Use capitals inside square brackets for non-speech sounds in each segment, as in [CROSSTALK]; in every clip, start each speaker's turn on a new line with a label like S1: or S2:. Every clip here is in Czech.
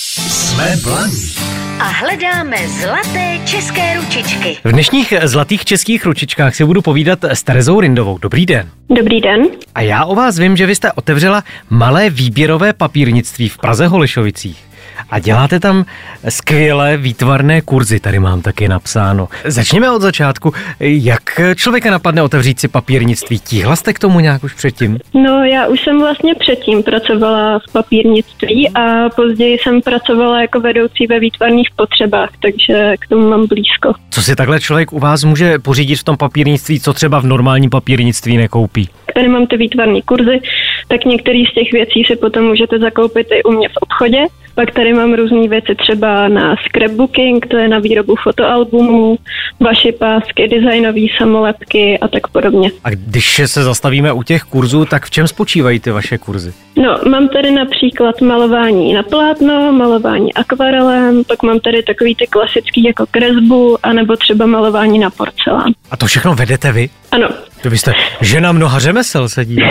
S1: Jsme blaní.
S2: a hledáme zlaté české ručičky.
S3: V dnešních zlatých českých ručičkách si budu povídat s Terezou Rindovou. Dobrý den.
S4: Dobrý den.
S3: A já o vás vím, že vy jste otevřela malé výběrové papírnictví v Praze Holešovicích. A děláte tam skvělé výtvarné kurzy, tady mám taky napsáno. Začněme od začátku. Jak člověka napadne otevřít si papírnictví? Tíhla jste k tomu nějak už předtím?
S4: No, já už jsem vlastně předtím pracovala v papírnictví a později jsem pracovala jako vedoucí ve výtvarných potřebách, takže k tomu mám blízko.
S3: Co si takhle člověk u vás může pořídit v tom papírnictví, co třeba v normálním papírnictví nekoupí?
S4: Tady mám ty výtvarné kurzy, tak některý z těch věcí si potom můžete zakoupit i u mě v obchodě. Pak tady mám různé věci třeba na scrapbooking, to je na výrobu fotoalbumů, vaše pásky, designové samolepky a tak podobně.
S3: A když se zastavíme u těch kurzů, tak v čem spočívají ty vaše kurzy?
S4: No, mám tady například malování na plátno, malování akvarelem, pak mám tady takový ty klasický jako kresbu, anebo třeba malování na porcelán.
S3: A to všechno vedete vy?
S4: Ano,
S3: To byste žena mnoha řemesel se dívá.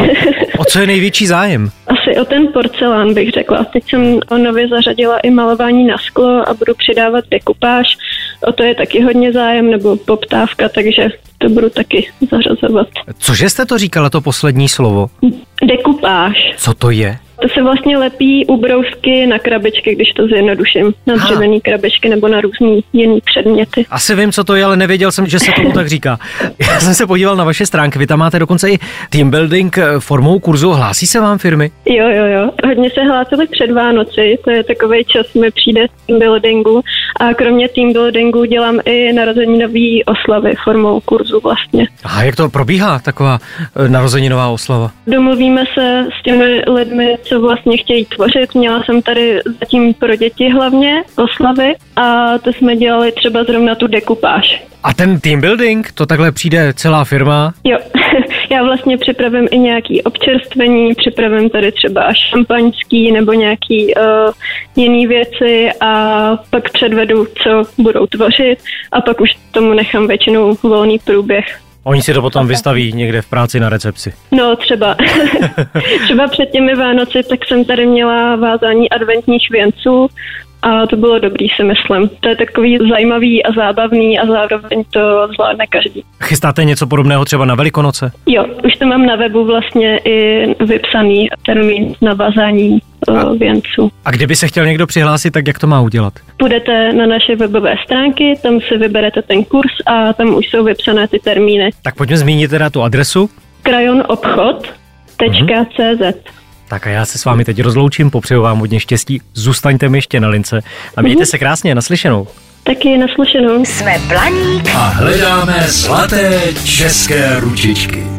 S3: O co je největší zájem?
S4: asi o ten porcelán bych řekla. Teď jsem o nově zařadila i malování na sklo a budu přidávat dekupáž. O to je taky hodně zájem nebo poptávka, takže to budu taky zařazovat.
S3: Cože jste to říkala, to poslední slovo?
S4: Dekupáž.
S3: Co to je?
S4: To se vlastně lepí ubrousky na krabičky, když to zjednoduším. Na
S3: Aha.
S4: dřevěné krabičky nebo na různý jiný předměty.
S3: Asi vím, co to je, ale nevěděl jsem, že se tomu tak říká. Já jsem se podíval na vaše stránky, vy tam máte dokonce i team building eh, formou kurzu. Hlásí se vám firmy?
S4: Jo, jo, jo. Hodně se hlásili před Vánoci, to je takový čas, mi přijde z team buildingu a kromě team buildingu dělám i narozeninový oslavy formou kurzu vlastně.
S3: A jak to probíhá, taková eh, narozeninová oslava?
S4: Domluvíme se s těmi lidmi, co vlastně chtějí tvořit. Měla jsem tady zatím pro děti hlavně oslavy a to jsme dělali třeba zrovna tu dekupáž.
S3: A ten team building, to takhle přijde celá firma,
S4: Jo, [LAUGHS] já vlastně připravím i nějaký občerstvení, připravím tady třeba šampaňský nebo nějaký uh, jiný věci a pak předvedu, co budou tvořit a pak už tomu nechám většinou volný průběh.
S3: oni si to potom vystaví někde v práci na recepci.
S4: No třeba, [LAUGHS] třeba před těmi Vánoci, tak jsem tady měla vázání adventních věnců a to bylo dobrý, si myslím. To je takový zajímavý a zábavný a zároveň to zvládne každý.
S3: Chystáte něco podobného třeba na Velikonoce?
S4: Jo, už to mám na webu vlastně i vypsaný termín navazání eh, věnců.
S3: A kdyby se chtěl někdo přihlásit, tak jak to má udělat?
S4: Půjdete na naše webové stránky, tam si vyberete ten kurz a tam už jsou vypsané ty termíny.
S3: Tak pojďme zmínit teda tu adresu.
S4: krajonobchod.cz
S3: Tak a já se s vámi teď rozloučím, popřeju vám hodně štěstí, zůstaňte mi ještě na lince a mějte se krásně, naslyšenou.
S4: Taky naslyšenou.
S2: Jsme blaník
S1: A hledáme zlaté české ručičky.